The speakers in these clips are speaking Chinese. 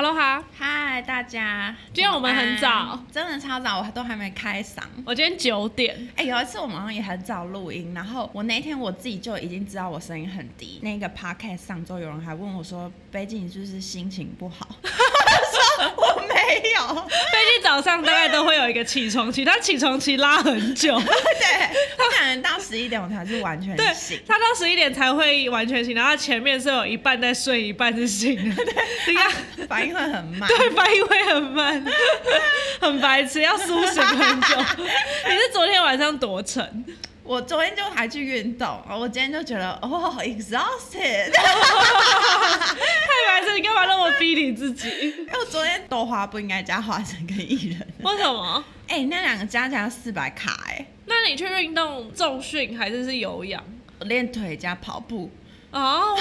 喽哈！嗨，大家，今天啊我们很晚安早，真的超早，我都还没开嗓。我今天九点，哎、有一次我们好像也很早录音，然后我那天我自己就已经知道我声音很低。那个 podcast 上周有人还问我说：“贝静，你是不是心情不好？” 我说我没有，最近早上大概都会有一个起床期，他起床期拉很 久，对我可能到十一点我才是完全对醒。他到十一点才会完全醒，然后他前面是有一半在睡，一 半是醒的，你看。反应会很慢，对，反应会很慢， 很白痴，要苏醒很 久。你是昨天晚上多沉？我昨天就还去运动，我今天就觉得哦，exhausted。 太白痴，你干嘛那么逼你自己？因为我昨天豆花不应该加花生跟薏仁，为什么？哎、那两个加起来四百卡哎、那你去运动重训还是是有氧？我练腿加跑步，哦，哇，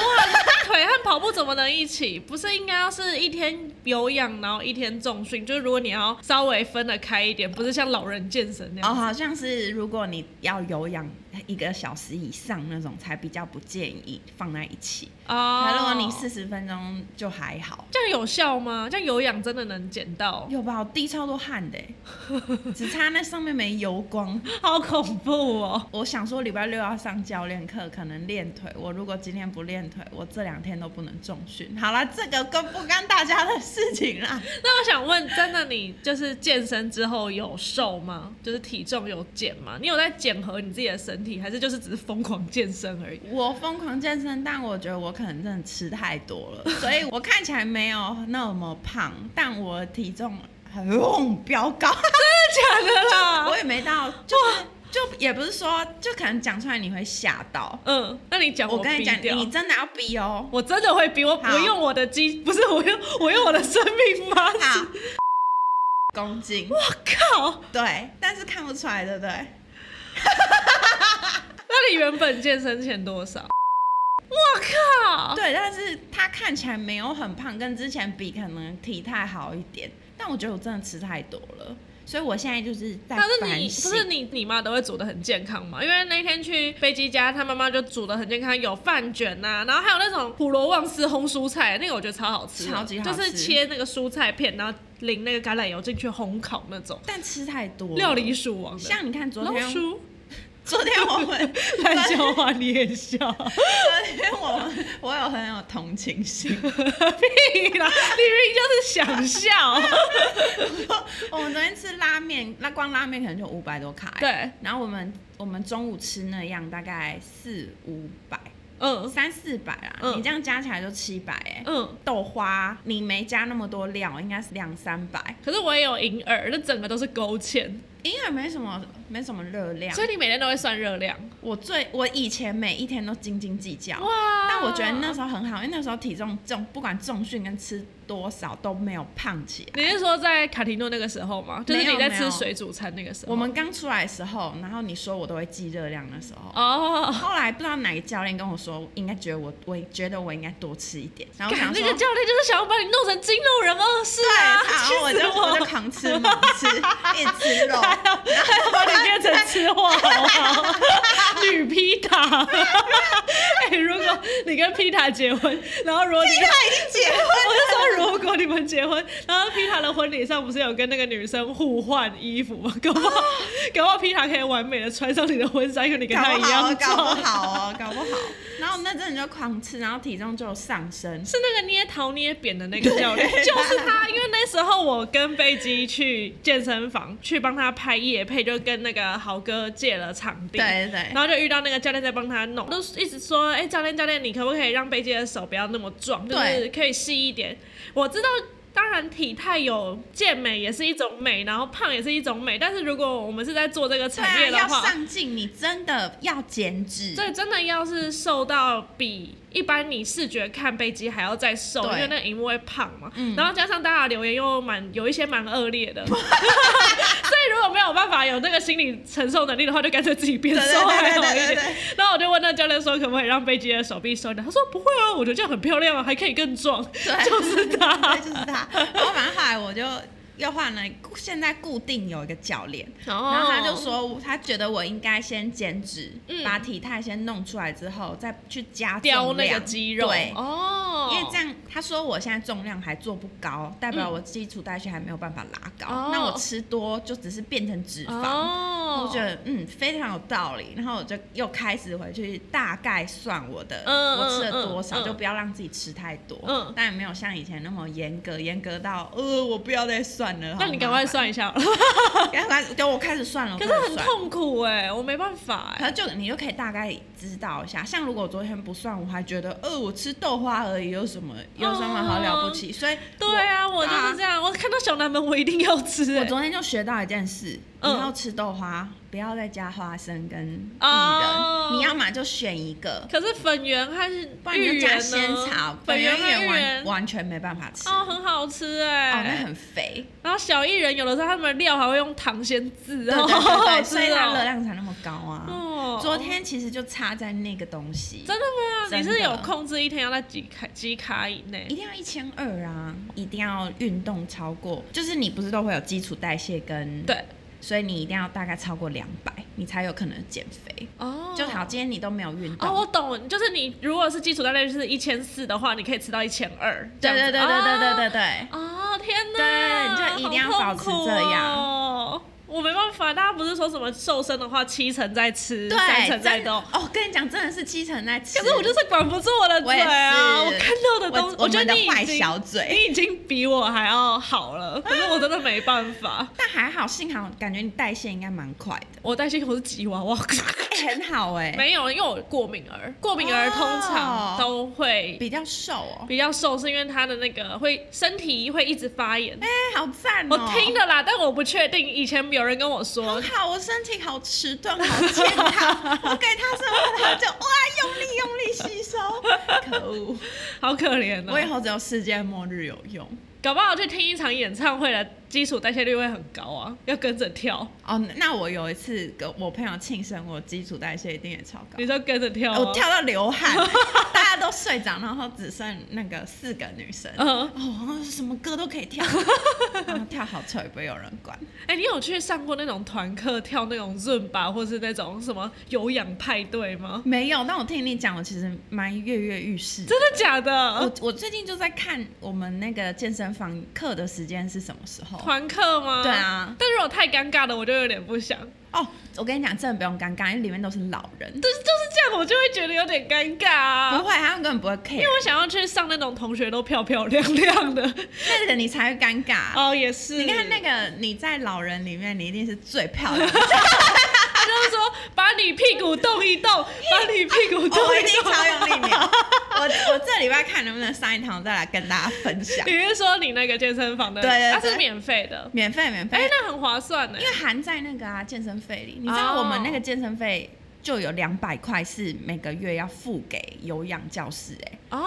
腿和跑步怎么能一起？不是应该要是一天有氧，然后一天重训？就是如果你要稍微分得开一点，不是像老人健身那哦，样。好像是如果你要有氧一个小时以上那种，才比较不建议放在一起。哦可如果你四十分钟就还好，这样有效吗？这样有氧真的能减到？有吧？我滴超多汗 的欸，只差那上面没油光。好恐怖哦！ 我想说礼拜六要上教练课，可能练腿。我如果今天不练腿，我这两天都不能重训。好了，这个跟不干大家的事情啦。那我想问，真的你就是健身之后有瘦吗？就是体重有减吗？你有在检核你自己的身体，还是就是只是疯狂健身而已？我疯狂健身，但我觉得我可能真的吃太多了， 所以我看起来没有那么胖，但我的体重很轰飙 高，真的假的啦？我也没到，就是就也不是说，就可能讲出来你会吓到。嗯，那你讲我跟你逼讲，掉你真的要逼哦。 我真的会比我好我用我的肌，不是我用我用我的生命发誓。好，公斤，我靠！对，但是看不出来，对不对？那你原本健身前多少？我靠！对，但是他看起来没有很胖，跟之前比可能体态好一点，但我觉得我真的吃太多了，所以我现在就是在但是你不反省。是你你妈都会煮的很健康嘛？因为那天去飞机家，她妈妈就煮的很健康，有饭卷呐、然后还有那种普罗旺斯烘蔬菜，那个我觉得超好吃的，超级好吃就是切那个蔬菜片，然后淋那个橄榄油进去烘烤那种但吃太多了料理鼠王的。像你看昨老天，鼠， 昨天我们，烂笑话你也 笑。 昨天我们，我有很有同 情心。屁啦！你明明就是想笑。我们昨天吃拉面，那光拉面可能就五百多卡。。欸对，然后我们我们中午吃那样大概四五百，嗯三四百啦。嗯你这样加起来就七百哎。嗯。豆花你没加那么多料，应该是两三百。可是我也有银耳，那整个都是勾芡，因为没什么没什么热量所。以你每天都会算热量。我最我以前每一天都斤斤计较。哇！但我觉得那时候很好，因为那时候体重重，不管重训跟吃多少都没有胖起来。你是说在卡提诺那个时候吗？就是没你有在没吃有水煮餐那个时候。我们刚出来的时候，然后你说我都会记热量的时候，哦，后来不知道哪个教练跟我说，应该觉得我，我觉得我应该多吃一点，然后我干想那说，个教练就是想要把你弄成金肉人二世 对，啊！然后我气死就我就我！狂吃猛吃，一直 吃肉，把你变成吃货 好不好？女皮 塔。哎、如果你跟皮塔结婚，然后如果你跟他已经结婚，我是说，如果你们结婚，然后皮塔的婚礼上不是有跟那个女生互换衣服吗？搞不好，搞不好皮塔可以完美的穿上你的婚纱，因为你跟她搞一不好样哦，搞重。不好哦，搞不好，然后那阵子就狂吃，然后体重就有上升，是那个捏桃捏扁的那个教 练，就是他。因为那时候我跟贝基去健身房去帮他拍夜配，就跟那个豪哥借了场地。对对对然，后就遇到那个教练在帮他弄，就是一直说，哎、教练教练，你可不可以让贝基的手不要那么壮，就是对可以细一点。我知道，当然体态有健美也是一种美，然后胖也是一种美，但是如果我们是在做这个对产啊，业的要话，上进，你真的要减脂，所以真的要是瘦到比一般你视觉看背肌还要再瘦，因对为那个荧幕会胖嘛。嗯然后加上大家的留言又蛮有一些蛮恶劣 的，所以如果没有办法有那个心理承受能力的话，就干脆自己变对对瘦还好对对一对对点。对，然后我就问那教练说，可不可以让背肌的手臂收一点？他说不会啊，我觉得这样很漂亮啊，还可以更壮。 对，就是他对，就是他。然后反正后来我就又换了，现在固定有一个教练，然然后他就，说，他觉得我应该先减脂，哦嗯把体态先弄出来之后，再去加雕重那个量。肌肉，对哦，因为这样，他说我现在重量还做不高，代表我基础代谢还没有办法拉高。嗯哦那我吃多就只是变成脂肪。哦，我觉得嗯非常有道理，然后我就又开始回去大概算我的、嗯我吃了多嗯少、嗯嗯就不要让自己吃太多。嗯但也没有像以前那么严格，严格到呃我不要再算了。那好你麻赶快烦，算一下好了， 赶快，就我开始算了。我可是开始很算痛苦哎、我没办法哎、可是就你就可以大概知道一下，像如果我昨天不算，我还觉得，呃，我吃豆花而已，有什么有什么好了不起？所以我对，啊，我就是这样，我看到小南门我一定要吃、我欸。昨天就学到一件事，你嗯要吃豆花，不要再加花生跟薏仁，哦你要么就选一个，可是粉圆还是不然芋你就加圆仙草呢，？粉圆圆圆和芋完圆完全没办法吃，哦，很好吃哦哎、那很肥，然后小薏仁有的时候他们的料还会用糖先渍，对哦对好对好对，吃所以它哦热量才那么高啊。哦，昨天其实就差在那个东西，真的吗？你真的是有控制一天要在几卡几卡以内一？定要一千二啊！一定要运动超过，就是你不是都会有基础代谢跟，对，所以你一定要大概超过两百，你才有可能减肥。哦，就好，今天你都没有运动，哦，我懂，就是你如果是基础代谢是一千四的话，你可以吃到一千二。对对对对对对对对。对，哦，天哪！对你就一定要保持这好痛样苦哦。我没办法，大家不是说什么瘦身的话，七成在吃，对，三成在真的动。哦，跟你讲，真的是七成在吃，可是我就是管不住我的我嘴也是啊！我看到的东西，我觉们得的你坏已经小嘴。你已经比我还要好了，可是我真的没办法。但还好，幸好感觉你代谢应该蛮快的，我担心我是吉 娃娃。哎很好哎、没有，因为我过敏儿，过敏儿通常都会比较瘦哦，比较瘦，是因为他的那个会身体会一直发炎。哎、好赞哦！我听的啦，但我不确定。以前有人跟我说很，好，我身体好迟钝，好健康。 我给他什么，他就哇用力用力吸收。可恶！ 好可怜哦、我以后只有世界末日有用。搞不好去听一场演唱会的基础代谢率会很高啊，要跟着跳。哦，那我有一次跟我朋友庆生，我基础代谢一定也超高你，说跟着跳、我，哦跳到流 汗，大家都睡着，然后只剩那个四个女生。哦，嗯，我什么歌都可 以跳，然后跳好丑也不会有人管。哎、你有去上过那种团课跳那种润吧，或是那种什么有氧派对吗？没有，但我听你讲，我其实蛮跃跃欲试的。真的假我的？我最近就在看我们那个健身房课的时间是什么时候。团课吗？对。啊，但如果太尴尬了，我就有点不想。哦，我跟你讲，真的不用尴尬，因为里面都是老人，就是就是这样，我就会觉得有点尴尬啊不。会，他们根本不会 care，因为我想要去上那种同学都漂漂亮亮 的。那个你才会尴尬。哦，也是。啊你看那个你在老人里面，你一定是最 漂亮的，啊他就是说把你屁股动一 动，把你屁股动哦我一一定动。超用力秒。我我这礼拜看能不能上一堂再来跟大家分享，你是说你那个健身房的？对对对它是免费的。免费免哎、费，那很划算呢因。为含在那个啊健身费里，你知道我们那哦个健身费就有两百块是每个月要付给有氧教室哎、哦，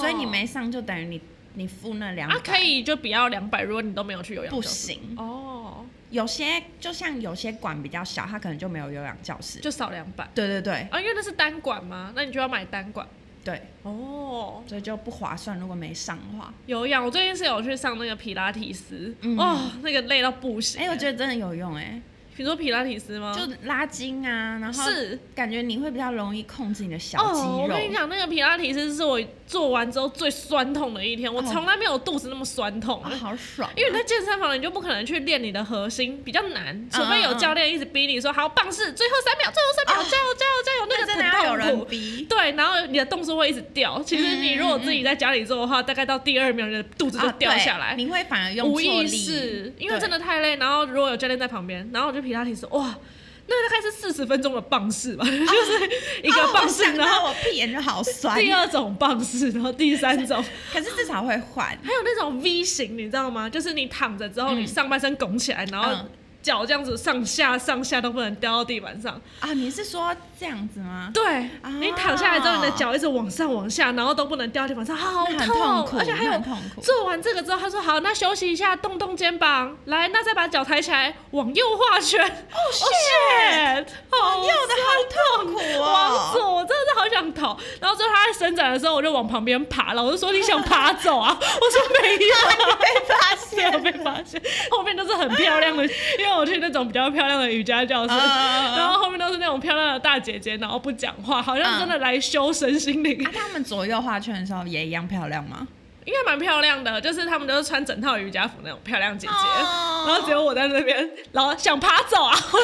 所以你没上就等于你你付那两百、啊，可以就不要两百，如果你都没有去游泳，不。行。哦，有些就像有些馆比较小，它可能就没有有氧教室。就少两百对对对啊，因为那是单管嘛，那你就要买单管。对，哦，所以就不划算。如果没上的话，有氧，我最近是有去上那个皮拉提斯，嗯哦，那个累到不行。哎、我觉得真的有用哎、你说皮拉提斯吗？就拉筋啊，然后嗯是感觉你会比较容易控制你的小肌哦，我肉。跟你讲，那个皮拉提斯是我做完之后最酸痛的一天，我哦从来没有肚子那么酸痛。啊好爽啊、因为你在健身房，你就不可能去练你的核心，比较难，除非有嗯嗯教练一直逼你说好棒式，最后三秒，最后三秒，哦加油加油加油，那那个真的要有很痛人苦。逼。对，然后你的动作会一直掉。其实嗯你如果自己在家里做的话，大概到第二秒你的嗯肚子就啊掉对下来，你会反而用无错意力。识，因为真的太累。然后如果有教练在旁边，然后我就皮拉提斯，哇，那个大概是四十分钟的棒式吧， 就是一个哦棒我式，想然到后我屁眼就好 酸。第二种棒式，然后第三种，可是至少会换。还有那种 V 型，你知道吗？就是你躺着之后，嗯你上半身拱起来，然后嗯脚这样子上下上下都不能掉到地板上。啊，你是说这样子吗？对，哦你躺下来之后，你的脚一直往上往下，然后都不能掉到地板上，好那很痛痛苦而且还那有很痛苦做完这个之后，他说好，那休息一下，动动肩膀，来，那再把脚抬起来，往右画圈。哦、 shit！往右的好痛苦往哦。左，我真的是好想逃。然后最后他在伸展的时候，我就往旁边爬了，我就说你想爬走啊？我说没有。被发 现没有被发 现后面都是很漂亮的，因为我去那种比较漂亮的瑜伽教室，嗯嗯嗯然后后面都是那种漂亮的大姐姐，然后不讲话，好像真的来修身心灵，啊，他们左右画圈的时候也一样漂亮吗？应该蛮漂亮的，就是他们都是穿整套瑜伽服那种漂亮姐姐，哦然后只有我在那边，然后想爬走啊，我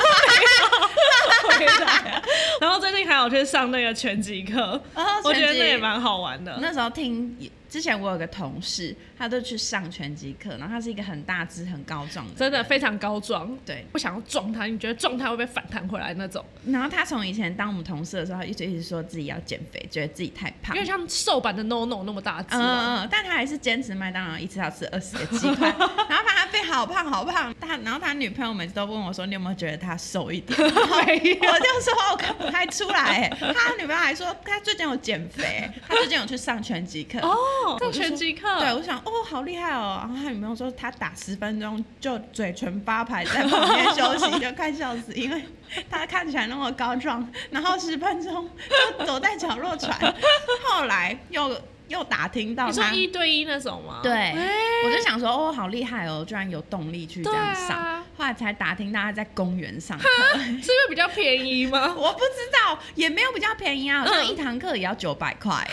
都没有回来。然后最近还有去上那个拳击课，哦我觉得拳击那也蛮好玩的。那时候听之前我有个同事，他就去上拳击课，然后他是一个很大只、很高壮的，真的。非常高壮，对不想要撞他，你觉得撞他会不会反弹回来那种？然后他从以前当我们同事的时候，他一直一直说自己要减肥，觉得自己太胖因。为像瘦版的 No No 那么大只嗯嘛，嗯，嗯但他还是坚持麦当劳一次要吃二十个鸡块，然后他被好胖好胖，他然后他女朋友每次都问我说你有没有觉得他瘦一 点，没有我就说我看不太出来，他女朋友还说他最近有减肥，他最近有去上拳击课，哦，上我就说拳击课，对，我想哦，好厉害哦！然后他女朋友说，他打十分钟就嘴唇发白，在旁边休息，就快笑死，因为他看起来那么高壮，然 后十分钟就躲在角落喘。后来又又打听到你说他，一对一那种吗？对，哎我就想说哦，好厉害哦，居然有动力去这样上。对啊后来才打听到他在公园上课。是因为比较便宜吗？ 我不知道，也没有比较便宜啊，好像嗯一堂课也要九百块欸，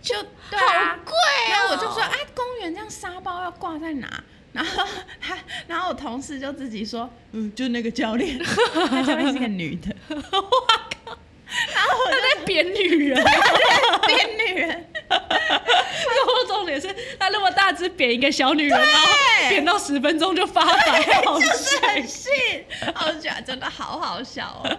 就对啊，好贵哦然后我就说，哎、公园这样沙包要挂在哪？ 然后他，然后我同事就自己说，嗯，就那个 教练，他教练是个女的， 他在扁女 人，变女人，然后重点是他那么大只扁一个小女人，然后扁到十分钟就发白， 好就是帅很逊，我觉得真的好好笑哦。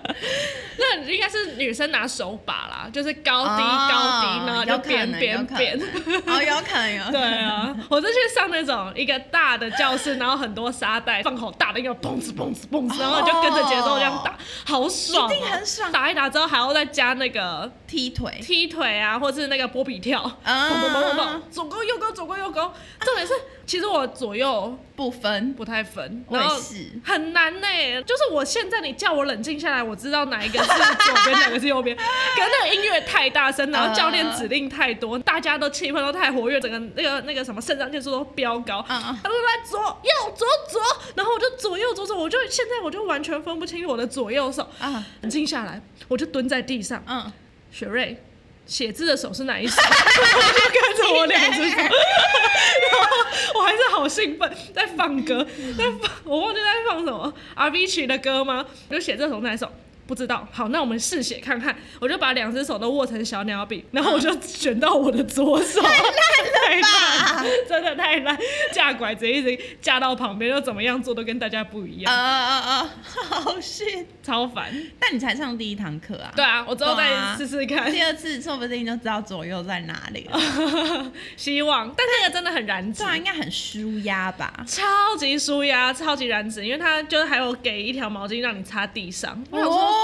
那应该是女生拿手把啦，就是高低哦高低，然后就有可扁能扁有可扁。能哦，有可能，有 可对能。啊，我是去上那种一个大的教室，然后很多沙袋，放好大的一个蹦子蹦子蹦子，然后就跟着节奏这样打，好爽、哦啊一定很爽打一打之后还要再加那个踢腿，踢腿啊，或是那个波比跳，啊蹦蹦蹦蹦蹦，左勾右勾左勾右勾。重点是，其实我左右不分，不太分，我然也后是很难呢、就是我现在你叫我冷静下来，我知道哪一个是左边，哪个是 右边。可是那个音乐太大声，嗯然后教练指令太多，大家都气氛都太活跃，整个那个那个什么肾上腺素都飙高。嗯嗯他就说来左右左左，然后我就左右左左，我就现在我就完全分不清我的左右手。啊，冷静下来，我就蹲在地上，嗯，雪瑞，写字的手是哪一手？ 我就看着我两 只手，然后我还是好兴奋，在放歌，在放，我忘记在放什么 R V 曲的歌吗？我就写这首哪一首？不知道，好，那我们试写看看。我就把两只手都握成小鸟笔，然后我就选到我的左 手，太烂了，真的太烂，架拐子一直架到旁边，又怎么样做都跟大家不一啊样，啊啊，好逊。超烦。但你才上第一堂课啊，对啊，我之后对再啊试试看。第二次说不定就知道左右在哪里哦了。 希望，但那个真的很燃脂这，样应该很舒压吧？超级舒压，超级燃脂，因为它就是还有给一条毛巾让你擦地上。我想说，哦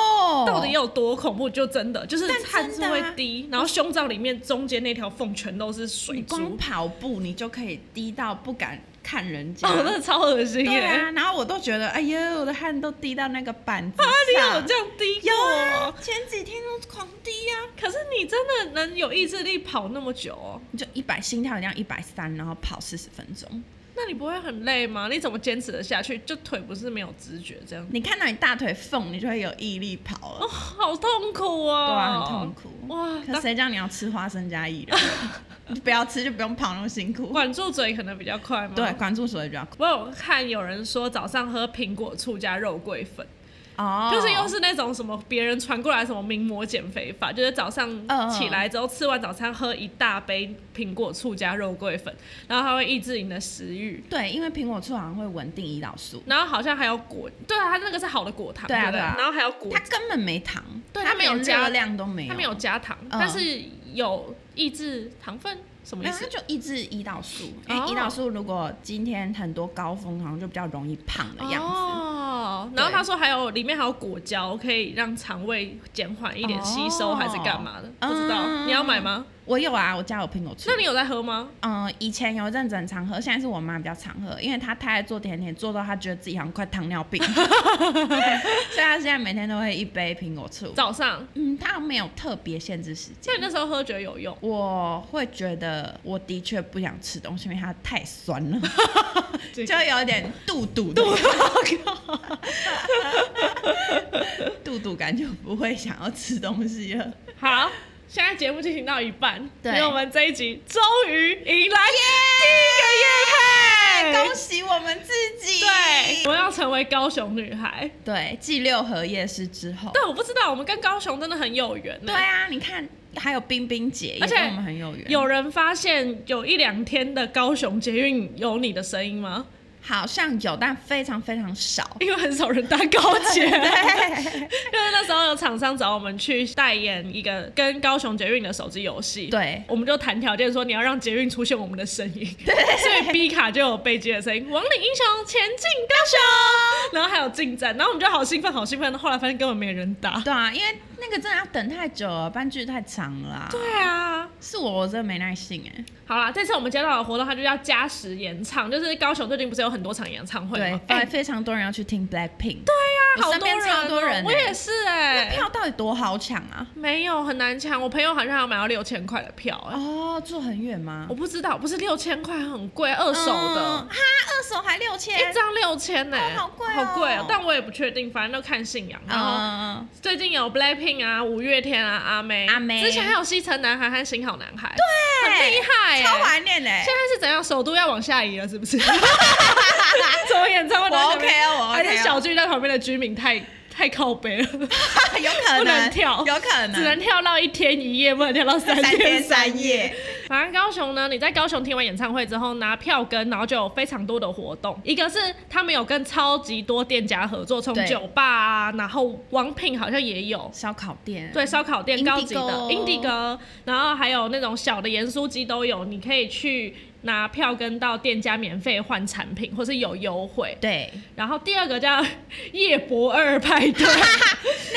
到底有多恐怖？就真的就是但汗是真的会啊滴，然后胸罩里面中间那条缝全都是水你光珠，哦跑步你就可以低到不敢看人家。哦，真的超恶心对耶！啊，然后我都觉得，哎呦，我的汗都滴到那个板子啊，你上。 有这样滴有啊过？，前几天都狂滴啊，可是你真的能有意志力跑那么久哦？你就一百心跳一定要一百三，然后跑四十分钟。那你不会很累吗？你怎么坚持得下去？就腿不是没有知觉这样，你看到你大腿缝，你就会有毅力跑了。哦，好痛苦哦！对啊，很痛苦。哇！可谁叫你要吃花生加薏仁？你就不要吃，就不用跑那么辛苦。管住嘴可能比较快吗？对，管住所以比较苦。我有看有人说早上喝苹果醋加肉桂粉，哦，就是又是那种什么别人传过来什么名模减肥法，就是早上嗯起来之后吃完早餐喝一大杯苹果醋加肉桂粉，然后它会抑制你的食欲。对，因为苹果醋好像会稳定胰岛素，然后好像还有果，对啊，它那个是好的果糖，对啊不对对啊然后还有果它，根本没糖，对它它没有连加热量都没有，它没有加糖，嗯但是有抑制糖分，什么没意有，它思？就抑制胰岛素，因为哦胰岛素如果今天很多高峰，好像就比较容易胖的样子。哦，然后他说还有里面还有果胶，可以让肠胃减缓一点吸收，哦还是干嘛的？嗯不知道，你要买吗？我有啊，我家有苹果醋那。你有在喝吗？嗯、以前有一阵子很常喝，现在是我妈比较常喝，因为她太爱做甜点，做到她觉得自己好像快糖尿 病， 所以她现在每天都会一杯苹果醋。早上？嗯，她没有特别限制时间那。你那时候喝觉得有用？我会觉得我的确不想吃东西，因为它太酸了，这就有点肚肚肚， 肚肚感就不会想要吃东西了。好， 现在节目进行到一半，对因为我们这一集终于迎来第一个夜配，恭喜我们自己！对，我们要成为高雄女孩。对，继六合夜市之后，但我不知道，我们跟高雄真的很有缘呢、对啊，你看还有冰冰姐也而且跟我们很有缘，有人发现有一两天的高雄捷运有你的声音吗？好像有，但非常非常 少。因为很少人搭高铁， 因为对 那时候有厂商找我们去代言一个跟高雄捷运的手机游戏，，对，我们就谈条件说你要让捷运出现我们的声 音，所以 B 卡就有贝基的声音，亡灵英雄前进 高雄，然后还有进站，然后我们就好兴奋，好兴奋，后来发现根本没人打，对啊，因为那个真的要等太久了，班距太长了啊、对啊。是我，我真的没耐性哎、好啦，这次我们接到的活动，它就叫加时演唱，就是高雄最近不是有很多场演唱会对吗？，非哎非常多人要去听 Blackpink。对啊，我好身边人哦、超多人我欸也是哎、那票到底多好抢啊？没有很难抢，我朋友好像有买到六千块的票、哎哦，住很远吗我？不知道，不是六千块很贵，二手的嗯，哈，二手还六千，一张六千呢，哦好贵哦好贵哦、但我也不确定，反正都看信仰。然后嗯，最近有 Blackpink 啊、五月天啊、阿妹，阿妹之前还有西城男孩和新好男孩，对，很厉害、哎超怀念欸嘞现。在是怎样？首都要往下移了，是不 是？ 怎么演唱会我都在那 OK 边啊，我而且 OK 嗯啊小，巨蛋旁边的居民太太靠北了， 有可不能能跳有可能只能跳到一天一夜，不能跳到三三天天三三夜。反正高雄呢，你在高雄听完演唱会之后拿票根，然后就有非常多的活动。一个是他们有跟超级多店家合作，从对酒吧啊，然后王品好像也有。烧烤店。对，烧烤店 Indigo 高级的 Indigo，然后还有那种小的盐酥鸡都有，你可以去拿票根到店家免费换产品，或是有优惠。对，然后第二个叫 夜博二派对，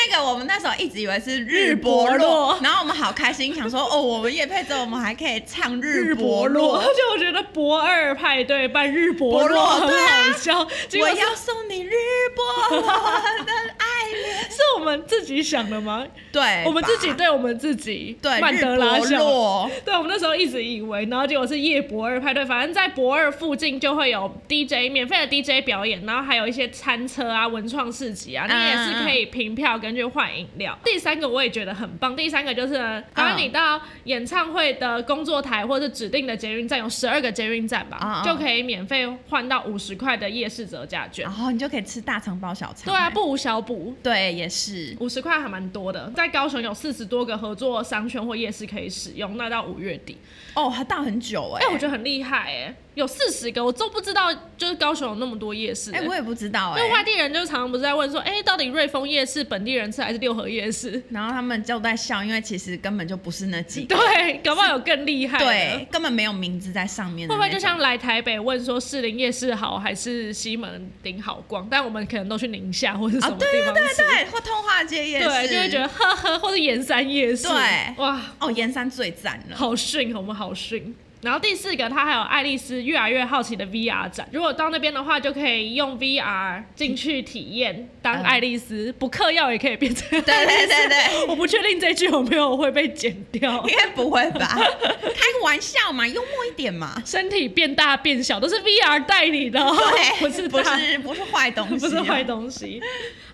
那个我们那时候一直以为是日日薄薄落落，然后我们好开心，想说哦，我们夜配之后我们还可以唱 日薄 而落，且我觉得博二派对办日博博落洛很对啊好笑，结我果是要送你日薄落的爱恋。是我们自己想的吗？对，我们自己哎吧对我们自己，对曼德拉日薄效。落，对，我们那时候一直以为，然后结果是夜博二派对，反正在博二附近就会有 DJ 免费的 DJ 表演，然后还有一些餐车啊、文创市集嗯啊，你也是可以凭票跟去换饮料。第三个我也觉得很棒，第三个就是呢，当你到演唱会的工作台或者指定的捷运站，有十二个捷运站吧嗯嗯，就可以免费换到五十块的夜市折价券然。后你就可以吃大肠包小肠。对啊，不无小补。对，也是。五十块还蛮多的，在高雄有四十多个合作商圈或夜市可以使用，那到五月底，哦，还到很久哎、哎、我觉得很厉害哎、有四十个，我都不知道，就是高雄有那么多夜市、哎、我也不知道哎、因为外地人就常常不是在问说，哎、到底瑞丰夜市本地人吃还是六合夜市？ 然后他们就在笑，因为其实根本就不是那几个，对，搞不好有更厉害的。对，根本没有名字在上面的会那不种。会就像来台北问说士林夜市好还是西门町好逛？但我们可能都去宁夏或者什啊、么对地对方对吃，对，或通化街夜市，对，就会觉得呵呵，或者盐山夜市，对哇，哦，盐山最赞了。好逊，我们好逊。然后第四个，它还有爱丽丝越来越好奇的 VR 展，如果到那边的话，就可以用 VR 进去体验当爱丽丝，不嗑药也可以变成。嗯对对对对， 我不确定这句有没有会被剪 掉。应该不会吧？开个玩笑嘛，幽默一点嘛。身体变大变小都是 VR 带你的哦，对， 不是不它是不是啊坏东西、不是坏。东西，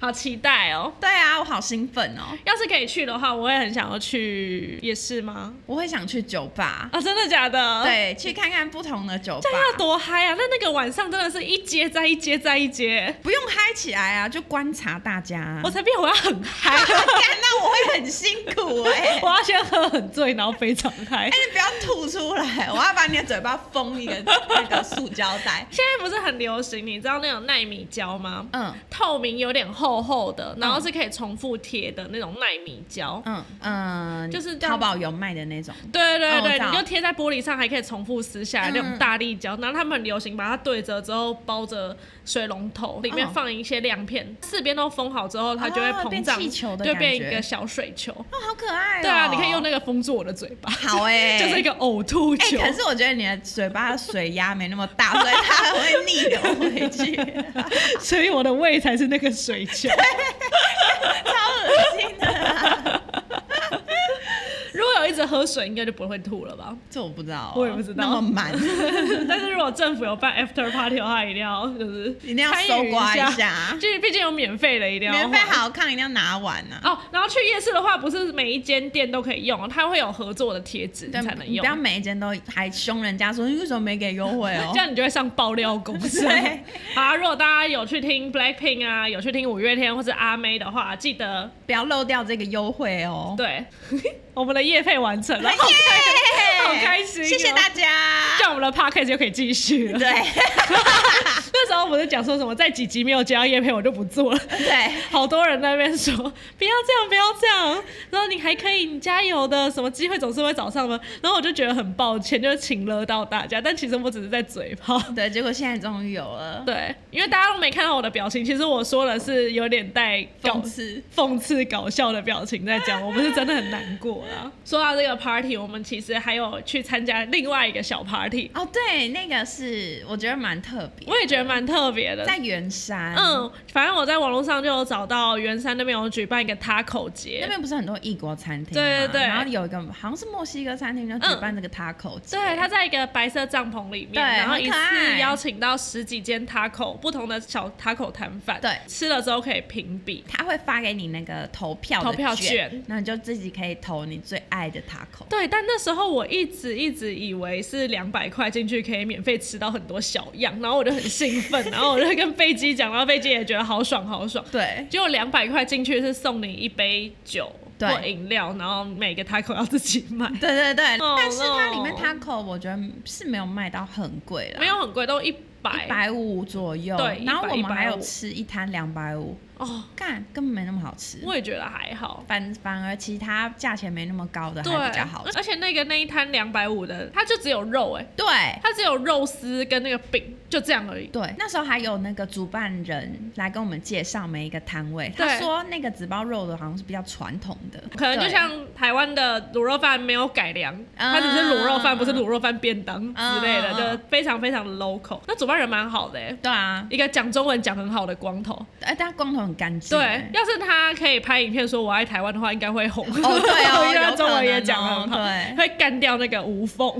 好期待哦！对啊，我好兴奋哦！要是可以去的话，我会很想要去夜市吗？我会想去酒吧，啊，真的假的？，对，去看看不同的酒吧。那要多嗨啊！那那个晚上真的是一阶再一阶再一阶。不用嗨起来啊，就观察大家、啊 我。才变我要很嗨，干那我会很辛苦 哎、我要先喝很醉，然后非常嗨哎、。你不要吐出来，我要把你的嘴巴封一个那个塑胶袋。现在不是很流行，你知道那种奈米胶吗？嗯透明有点厚厚的，然后是可以重复贴的那种奈米胶。嗯嗯，就是这样淘宝有卖的那种。对对哦我对知对，道你就贴在玻璃上，还还可以重复撕下来那种嗯大力胶，然后他们很流行把它对折之后包着水龙头，里面哦放一些亮片，四边都封好之后，它就会哦膨变胀，气球的就感变一觉个小水球。哦，好可爱、哦。对啊，你可以用那个封住我的嘴巴，好 哎、就是一个呕吐哎、球。可是我觉得你的嘴巴的水压没那么大，所以它会逆流回去， 所以我的胃才是那个水球。超恶心的、 如果有一直喝水，应该就不会吐了吧？ 这我不知道、哦我也不知道那么满，但是如果政府有办 after party 的话，一定要就是一定要参与搜刮一一下，下，就是毕竟有免费的，一定要免费还好看一定要拿完呐、啊。哦。然后去夜市的话，不是每一间店都可以用，它会有合作的贴 纸你对才能你用不，要每一间都还凶人家说你为什么没给优惠哦这？ 样你就会上爆料公司对。好啊，如果大家有去听 Blackpink 啊，有去听五月天或者阿妹的话，记得不要漏掉这个优惠哦。 对我们的夜配完成了，好耶好开心哦谢谢大家 这。样我们的 podcast 就可以继续 了。对那时候不是讲说什么在几集没有接到叶配我就不做了，对，好多人在那边说不要这样，不要这样，然后你还可以，你加油的，什么机会总是会找上门。然后我就觉得很抱歉，就是请了到大家，但其实我只是在嘴炮。对，结果现在终于有了，对，因为大家都没看到我的表情，其实我说的是有点带搞讽刺。讽刺搞笑的表情在讲，我不是真的很难过啦。说到这个 party，我们其实还有去参加另外一个小 party，哦，对，那个是我觉得蛮特别，我也觉得蛮特别的，在圆山，，嗯，反正我在网络上就有找到圆山那边有举办一个 taco 那节，边不是很多异国餐厅吗，对对对然后有一个好像是墨西哥餐厅，就举办这个 taco 节，对，它在一个白色帐篷里面，对然后很一可次爱邀请到十几间 taco 不同的小 taco 摊贩，对吃了之后可以评比。他会发给你那个投票投的票券券，那你就自己可以投你最爱的 taco。对，但那时候我一直一直以为是两百块进去可以免费吃到很多小样，然后我就很兴奋，然后我就跟贝基讲，然后贝基也觉得好爽好爽。对，结果两百块进去是送你一杯酒对或饮料，然后每个 taco 要自己买。对 对对哦但是它里面哦 taco 我觉得是没有卖到很贵了，没有很贵，都一百啊一百五左右。对然后我100们还有150吃一摊两百五，哦，干根本没那么好吃。我也觉得还好。反反而其他价钱没那么高的对还比较好，吃。而且那个那一摊两百五的，它就只有肉哎、对它只有肉丝跟那个饼，就这样而已。对，那时候还有那个主办人来跟我们介绍每一个摊位，他对说那个纸包肉的好像是比较传统的，可能就对像台湾的卤肉饭没有改良，啊它只是卤肉饭，不是卤肉饭便当之类的，嗯嗯嗯就是非常非常的 local。那主办人蛮好的、欸，对啊，一个讲中文讲很好的光头。哎，但光头很干净，欸 对，。要是他可以拍影片说我爱台湾的话，应该会红。哦，对哦， 因为有他可中文也能讲哦很好，对，会干掉那个无缝。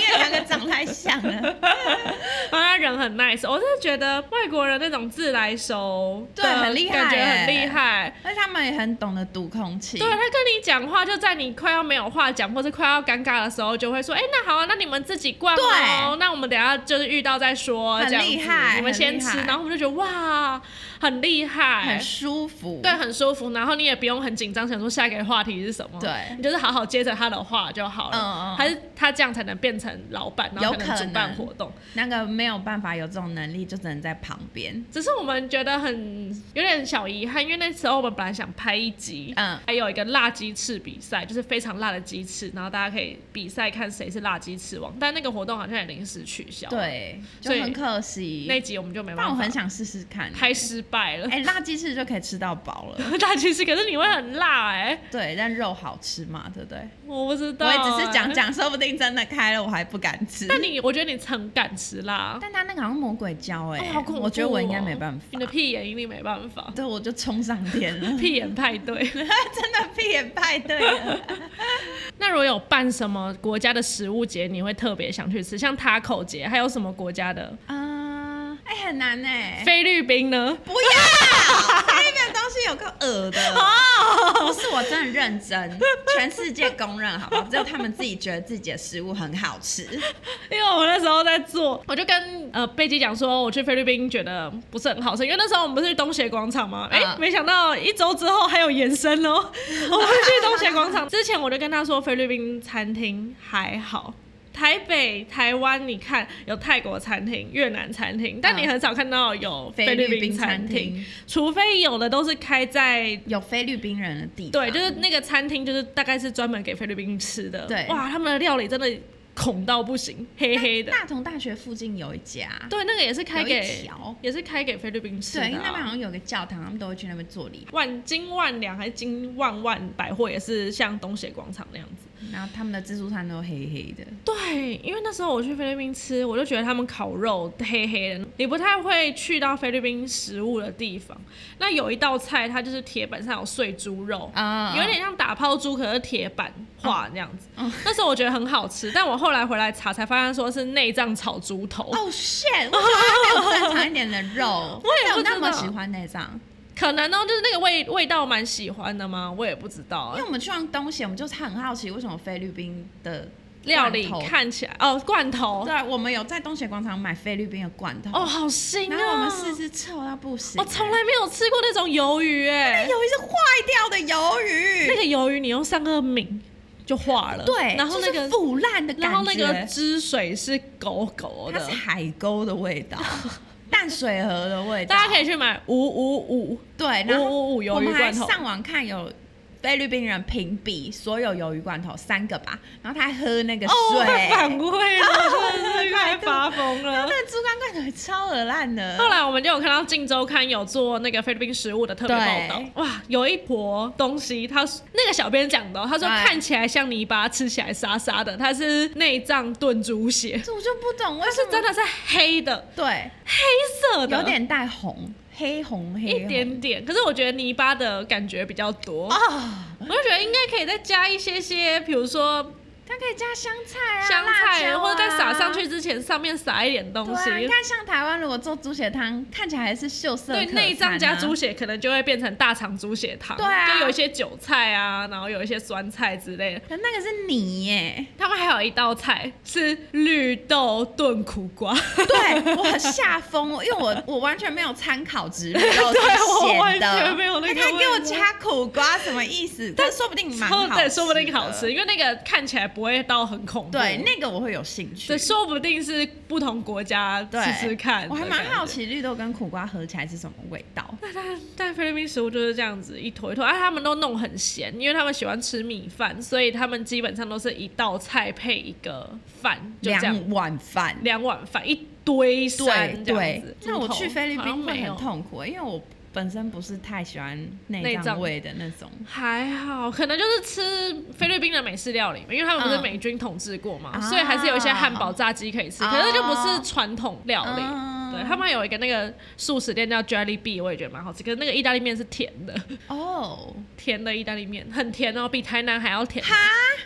因为两个长太像了，然后他人很 nice，我真的觉得外国人那种自来熟的对很厉害感觉欸很厉害。而且他们也很懂得读空气，对他跟你讲话，就在你快要没有话讲或者快要尴尬的时候，就会说：“哎、那好啊，那你们自己逛哦。对那我们等一下就是遇到再说，很这样子厉害你们先很吃厉。害”然后我们就觉得哇，很厉害很，舒服，对，很舒服。然后你也不用很紧张，想说下一个话题是什么，对你就是好好接着他的话就好了。嗯嗯还是他这样才能变成老板，然后有才能可主办能活动。那个没有办法有这种能力，就只能在旁边。只是我们觉得很有点小遗憾，因为那时候我们本来想拍一集，嗯还有一个辣鸡翅比赛，就是非常辣的鸡翅，然后大家可以比赛看谁是辣鸡翅王，但那个活动好像也临时取消，，对，就所以很可惜。那集我们就没办但法，我很想试试看，拍失败了。 哎、辣鸡翅就可以吃到饱了。辣鸡翅，可是你会很辣哎、对，但肉好吃嘛，对不对？我不知道、我也只是讲欸。讲，说不定真的开了我还不敢吃。但你，我觉得你很敢吃辣，但他那个好像魔鬼椒哎、哦好恐怖、我觉得我应该没办法。你的屁眼一定没办法，对，我就冲上天了， 屁眼派对。真的屁眼派对了。那如果有办什么国家的食物节，你会特别想去吃？像 taco 节，还有什么国家的？啊、哎、很难哎、菲律宾呢？不要，那个东西有个恶 的。哦不是，我真的认真，全世界公认，好不好？只有他们自己觉得自己的食物很好 吃。因为我那时候在做，我就跟呃贝基讲说，我去菲律宾觉得不是很好吃，因为那时候我们不是去东协广场吗？哎、嗯没想到一周之后还有延伸 哦。我们去东协广场之前，我就跟他说菲律宾餐厅还好。台北、台湾，你看有泰国餐厅、越南餐厅，但你嗯很少看到有菲菲律律宾宾餐餐厅厅，除非有的都是开在有菲律宾人的地方，对，就是那个餐厅，就是大概是专门给菲律宾吃的。对哇，他们的料理真的恐到不行，黑黑的。大同大学附近有一家，对，那个也是开有一给条也是开给菲律宾吃的、对，因为那边好啊。像有个教堂，他们都会去那边做礼拜，万金万两还是金万万百货也是像东协广场那样子。然后他们的自助餐都黑黑的，对，因为那时候我去菲律宾吃，我就觉得他们烤肉黑黑的，你不太会去到菲律宾食物的地方。那有一道菜，它就是铁板上有碎猪肉，啊、有点像打泡猪，可是铁板化那样子。嗯那时候我觉得很好吃，但我后来回来查才发现，说是内脏炒猪头，哦、shit，为什么它没有正常一点的肉？ 我也不为什么那么知道喜欢内脏，可能呢哦就是那个味味道蛮喜欢的吗？我也不知道、因啊为。我们去完东西，我们就是很好奇为什么菲律宾的料理罐头看起来哦，罐头对，我们有在东协广场买菲律宾的罐头，哦，好新啊！然后我们试，吃臭到不行、欸我从来没有吃过那种鱿鱼哎、有一只坏掉的鱿鱼，那个鱿鱼你用上个敏就化了，对，然后那就是个，腐烂的感觉，然后那个汁水是狗狗它的是，海沟的味 道，淡水河的味道，大家可以去买五五五，对，然后五五五鱿我鱼们还罐头上网看有。菲律宾人评比所有鱿鱼罐头三个吧，然后他还喝那个哦，我水，快反胃了，真的 是快百度发疯了。 那猪肝罐头也超恶烂的。后来我们就有看到《镜周刊》有做那个菲律宾食物的特别报道对，哇，有一坨东西，他那个小编讲的哦、他说对看起来像泥巴，吃起来沙沙的，它是内脏炖猪血，这我就不懂为它什是么真的是黑的，对，黑色的，有点带红，黑红黑一点点，可是我觉得泥巴的感觉比较多，啊，我就觉得应该可以再加一些些，比如说它可以加香菜啊、香菜，辣椒啊或者在撒上去。之前上面撒一点东对西啊，。你看像台湾如果做猪血汤，看起来还是秀色、啊对内脏加猪，血，可能就会变成大肠猪血汤，对啊就有一些韭菜啊，然后有一些酸菜之类的。可那个是泥耶。他们还有一道菜是绿豆炖苦瓜，对我吓疯了，因为我我完全没有参考 值，然后对啊我咸完的，全没有那个他还给我味道加苦瓜，什么意思？但说不定 蛮好吃的，对，说不定好吃，因为那个看起来不会到很恐怖。对，那个我会有兴趣对，。说不定是不同国家对，吃吃看。我还蛮好。奇绿豆跟苦瓜合起来是什么味道。但但菲律宾食物就是这样子一坨一坨，啊，他们都弄很咸，因为他们喜欢吃米饭，所以他们基本上都是一道菜配一个饭，就这样两碗饭，两碗饭一堆对山这样对子。。那我去菲律好像宾会没有很痛苦，因为我本身不是太喜欢内内脏脏味的那种。还好，可能就是吃菲律宾的美式料理嘛，因为他们不是嗯美军统治过嘛，啊所以还是有一些汉堡、炸鸡可以吃，哦可是就不是传统料理。嗯对他们有一个那个素食店叫 Jelly Bee，我也觉得蛮好吃。可是那个意大利面是甜的，哦，甜的意大利面很甜哦，比台南还要甜，哈，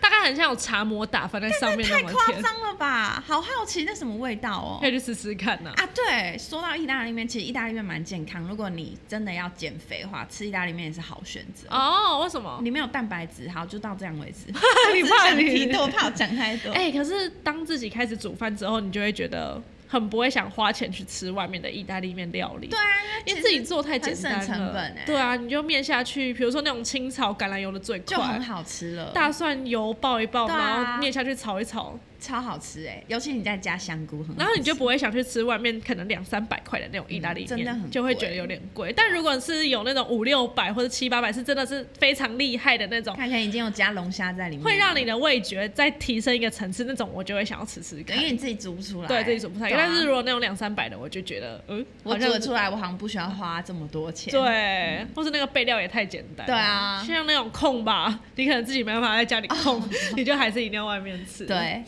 大概很像有茶膜打翻在上面那太么夸甜，张了吧！好好奇那什么味道哦可。以去试试看呐、啊，对，说到意大利面，其实意大利面蛮健康。如果你真的要减肥的话，吃意大利面也是好选择。哦，为什么？里面有蛋白质，好，就到这样为 止。你我只怕想你提多， 怕我讲太 多。哎、可是当自己开始煮饭之后，你就会觉得很不会想花钱去吃外面的意大利面料理。对啊，因因为为自己做太简单了，很省成本哎对啊，你就面下去，比如说那种清炒橄榄油的最就很快，好吃了，大蒜油爆一爆，对啊然后面下去炒一炒，超好吃哎！尤其你再加香菇，很好吃然后你就不会想去吃外面可能两三百块的那种意大利嗯真的面，很贵就会觉得有点贵。但如果是有那种五六百或者七八百，是真的是非常厉害的那种，看起来已经有加龙虾在里面了，会让你的味觉再提升一个层次，那种我就会想要吃吃对看因。为你自己煮不出来，对自己煮不太，对啊但是如果那种两三百的，我就觉得，嗯，我好煮像得出来，我好像不需要花这么多钱。对，或是那个备料也太简单。对啊哦像那种控吧，你可能自己没办法在家里控， 你就还是一定要外面吃。，对，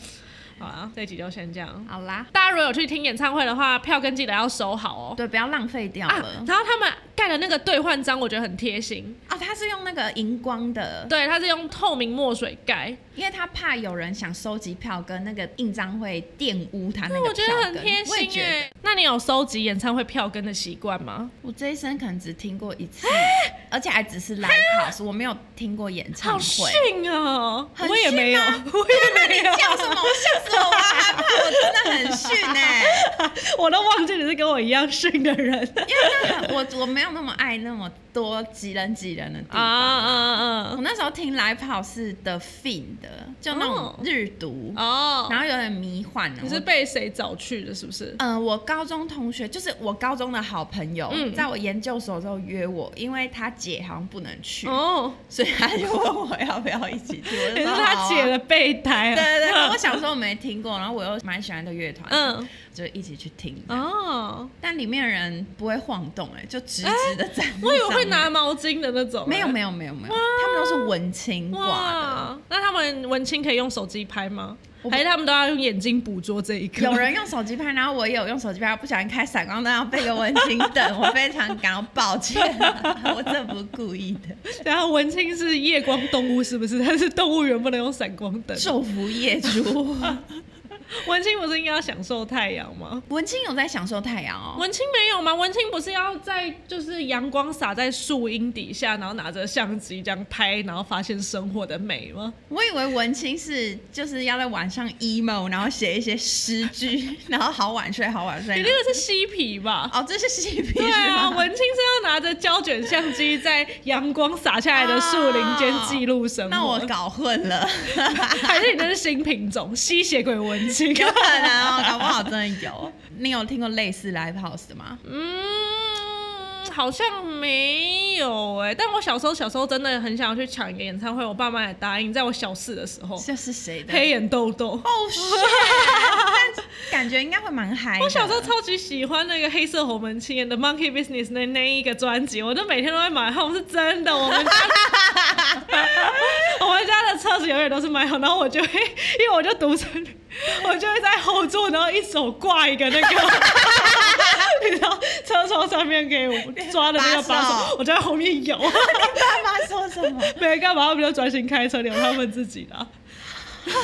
好啊，这一集就先这样。好啦，大家如果有去听演唱会的话，票根记得要收好哦。对，不要浪费掉啊了，。然后他们盖的那个兑换章，我觉得很贴心。哦，它是用那个荧光的，对，它是用透明墨水盖，因为他怕有人想收集票根，那个印章会玷污他那那我个觉票得根。很贴我也心觉哎、得，那你有收集演唱会票根的习惯吗？我这一生可能只听过一次，而且还只是 live house，我没有听过演唱好会。逊哦、很我也逊没有，吗我也没有，叫什么？我吓死我！我好害怕，我真的很逊哎、我都忘记你是跟我一样逊的人。因为那很我我没有那么爱那么多挤人挤人的地啊方。啊啊我那时候听 Live House 的 Fin 的，就那种哦日读，啊！哦，然后有点迷幻呢。你是被谁找去的？是不是？嗯、呃我高中同学就是我高中的好朋友，嗯在我研究所的时候约我，因为他姐好像不能去，哦，所以他就问我要不要一起去。我 也就是说他姐。好啊的备胎对啊。对对，可我小时候没听过，然后我又蛮喜欢的乐团，嗯，就一起去听。哦，但里面的人不会晃动、哎，就直直的站、我以为会拿。毛巾的那种。没有有。没有没有没有，他们都是文青挂哇，那他们文青可以用手机拍吗？我不还是他们都要用眼睛捕捉这一 的。刻？有人用手机拍，然后我也有用手机拍，不小心开闪光灯，然后被一个文青瞪，我非常感到抱歉，啊我真的不是故意 的。然后文青是夜光动物，是不 是？但是动物园不能用闪光灯。昼伏夜出，文青不是应该要享受太阳吗？文青有在享受太阳哦。文青没有吗？文青不是要在就是阳光洒在树荫底下，然后拿着相机这样拍，然后发现生活的美吗？我以为文青是就是要在晚上 emo，然后写一些诗句， 然后好晚睡好晚你睡那。个是嬉皮吧？啊哦，这是嬉皮对是啊，吗？文青是要拿着胶卷相机在阳光洒下来的树林间记录生活。那我搞混了。 还是你那是新品种吸血鬼文 青？有可能哦，搞不好真的有。你有听过类似 live house 的吗？嗯，好像没有哎、但我小时候小时候真的很想要去抢一个演唱会，我爸妈也答应，在我小四的时候，这是谁的？黑眼豆豆。哦，是，但感觉应该会蛮嗨的。我小时候超级喜欢那个黑色红门青演的《Monkey Business》那那一个专辑，我都每天都在买它们是真的。我们 家我们家的车子永远都是买好，然后我就会， 因为我就独生女，我就会在后座，然后一手挂一个 那个。你知道车窗上面给我抓的那个把把手手，我就在后面摇， 爸妈说什么？没人干嘛，他们就专心开车，留他们自己啦。两个世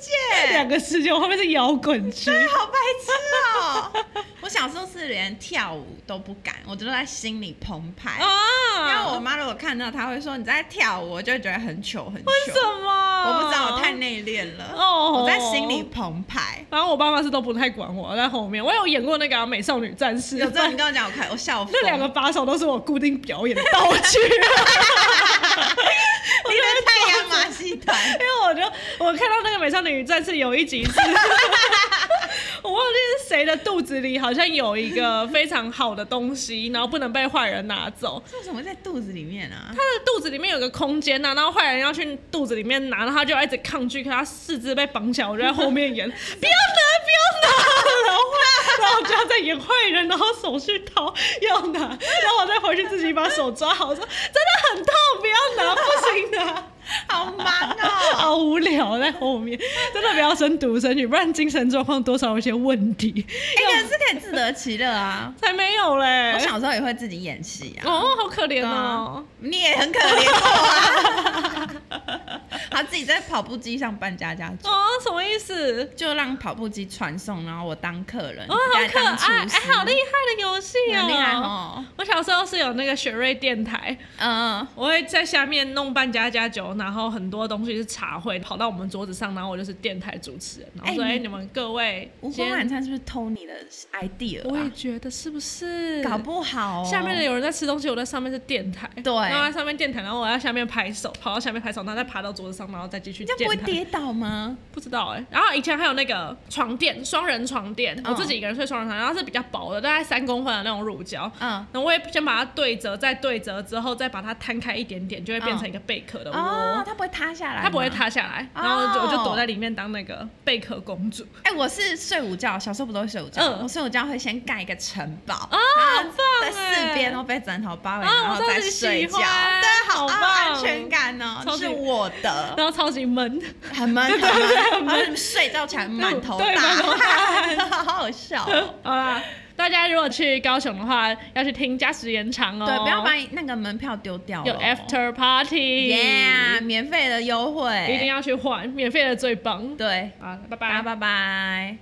界，两个世界，我后面是摇滚区。好白痴哦！我小时候是连跳舞都不敢，我都在心里澎湃。因为啊！我妈如果看到，她会说你在跳舞，我就会觉得很糗很糗。为什么？我不知道，我太内敛了。哦我在心里澎湃。然后我爸妈是都不太管我，在后面我有演过那个啊、美少女战士》，有这种你跟我讲，我快我笑疯。 那两个把手都是我固定表演的道具， 你的太阳马戏团，因为我就我看到那个美少女战士有一集是， 我忘记是谁的肚子里好像有一个非常好的东西，然后不能被坏人拿走。这为什么在肚子里面啊？他的肚子里面有个空间啊呐、然后坏人要去肚子里面拿，然后他就一直抗拒，可他四肢被绑起来，我就在后面 演，不要拿，不要拿，然后然后我就要在演坏人，然后手去掏要拿，然后我再回去自己把手抓好，我说真的很痛，不要拿，不行 拿。好忙哦！好无聊，在后面真的不要生独生女，不然精神状况多少有些问题。哎、可是可以自得其乐啊！才没有嘞我！小时候也会自己演戏 啊。哦，好可怜对哦啊。，你也很可怜我啊！ 他自己在跑步机上扮家家酒，哦，什么意思？就让跑步机传送，然后我当客人，哦，好大可家当爱！厨哎、师，好厉害的游戏哦，很厉害！哦！我小时候是有那个雪瑞电台，嗯，我会在下面弄半家家酒，然后很多东西是茶会跑到我们桌子上，然后我就是电台主持人，然后说：“哎、哎你你们各位，无今光天晚餐是不是偷你的 idea 我也啊？觉得是不是？搞不好哦，下面的有人在吃东西，我在上面是电台，对然后在上面电台，然后我在下面拍手，跑到下面拍手，然后再爬到桌子上，然后再继续你这样不电会台。跌倒吗？不知道哎、然后以前还有那个床垫，双人床垫，嗯我自己一个人睡双人床，然后是比较薄的，大概三公分的那种乳胶。嗯，然后我也先把它对折，再对折之后，再把它摊开一点点，就会变成一个贝壳的窝。哦，它不会塌下来吗，它不会塌下来，哦然后就我就躲在里面当那个贝壳公主，哎、我是睡午觉，小时候不都会睡午觉？嗯哦我睡午觉会先盖一个城堡，啊、好棒在四哎边都被枕头包围，啊然我后超再级睡喜觉，欢对，好好棒，棒安全感哦，超级是我的， 然后超级闷。很闷很闷，然后你们睡觉起来满头对大满头汗， 好好笑哦、好啦，大家如果去高雄的话，要去听加时延长哦，对，不要把那个门票丢掉有了哦 after party，、 yeah, 免费的优一定惠，要去换，免费的最棒。对，好，拜大拜家。拜拜。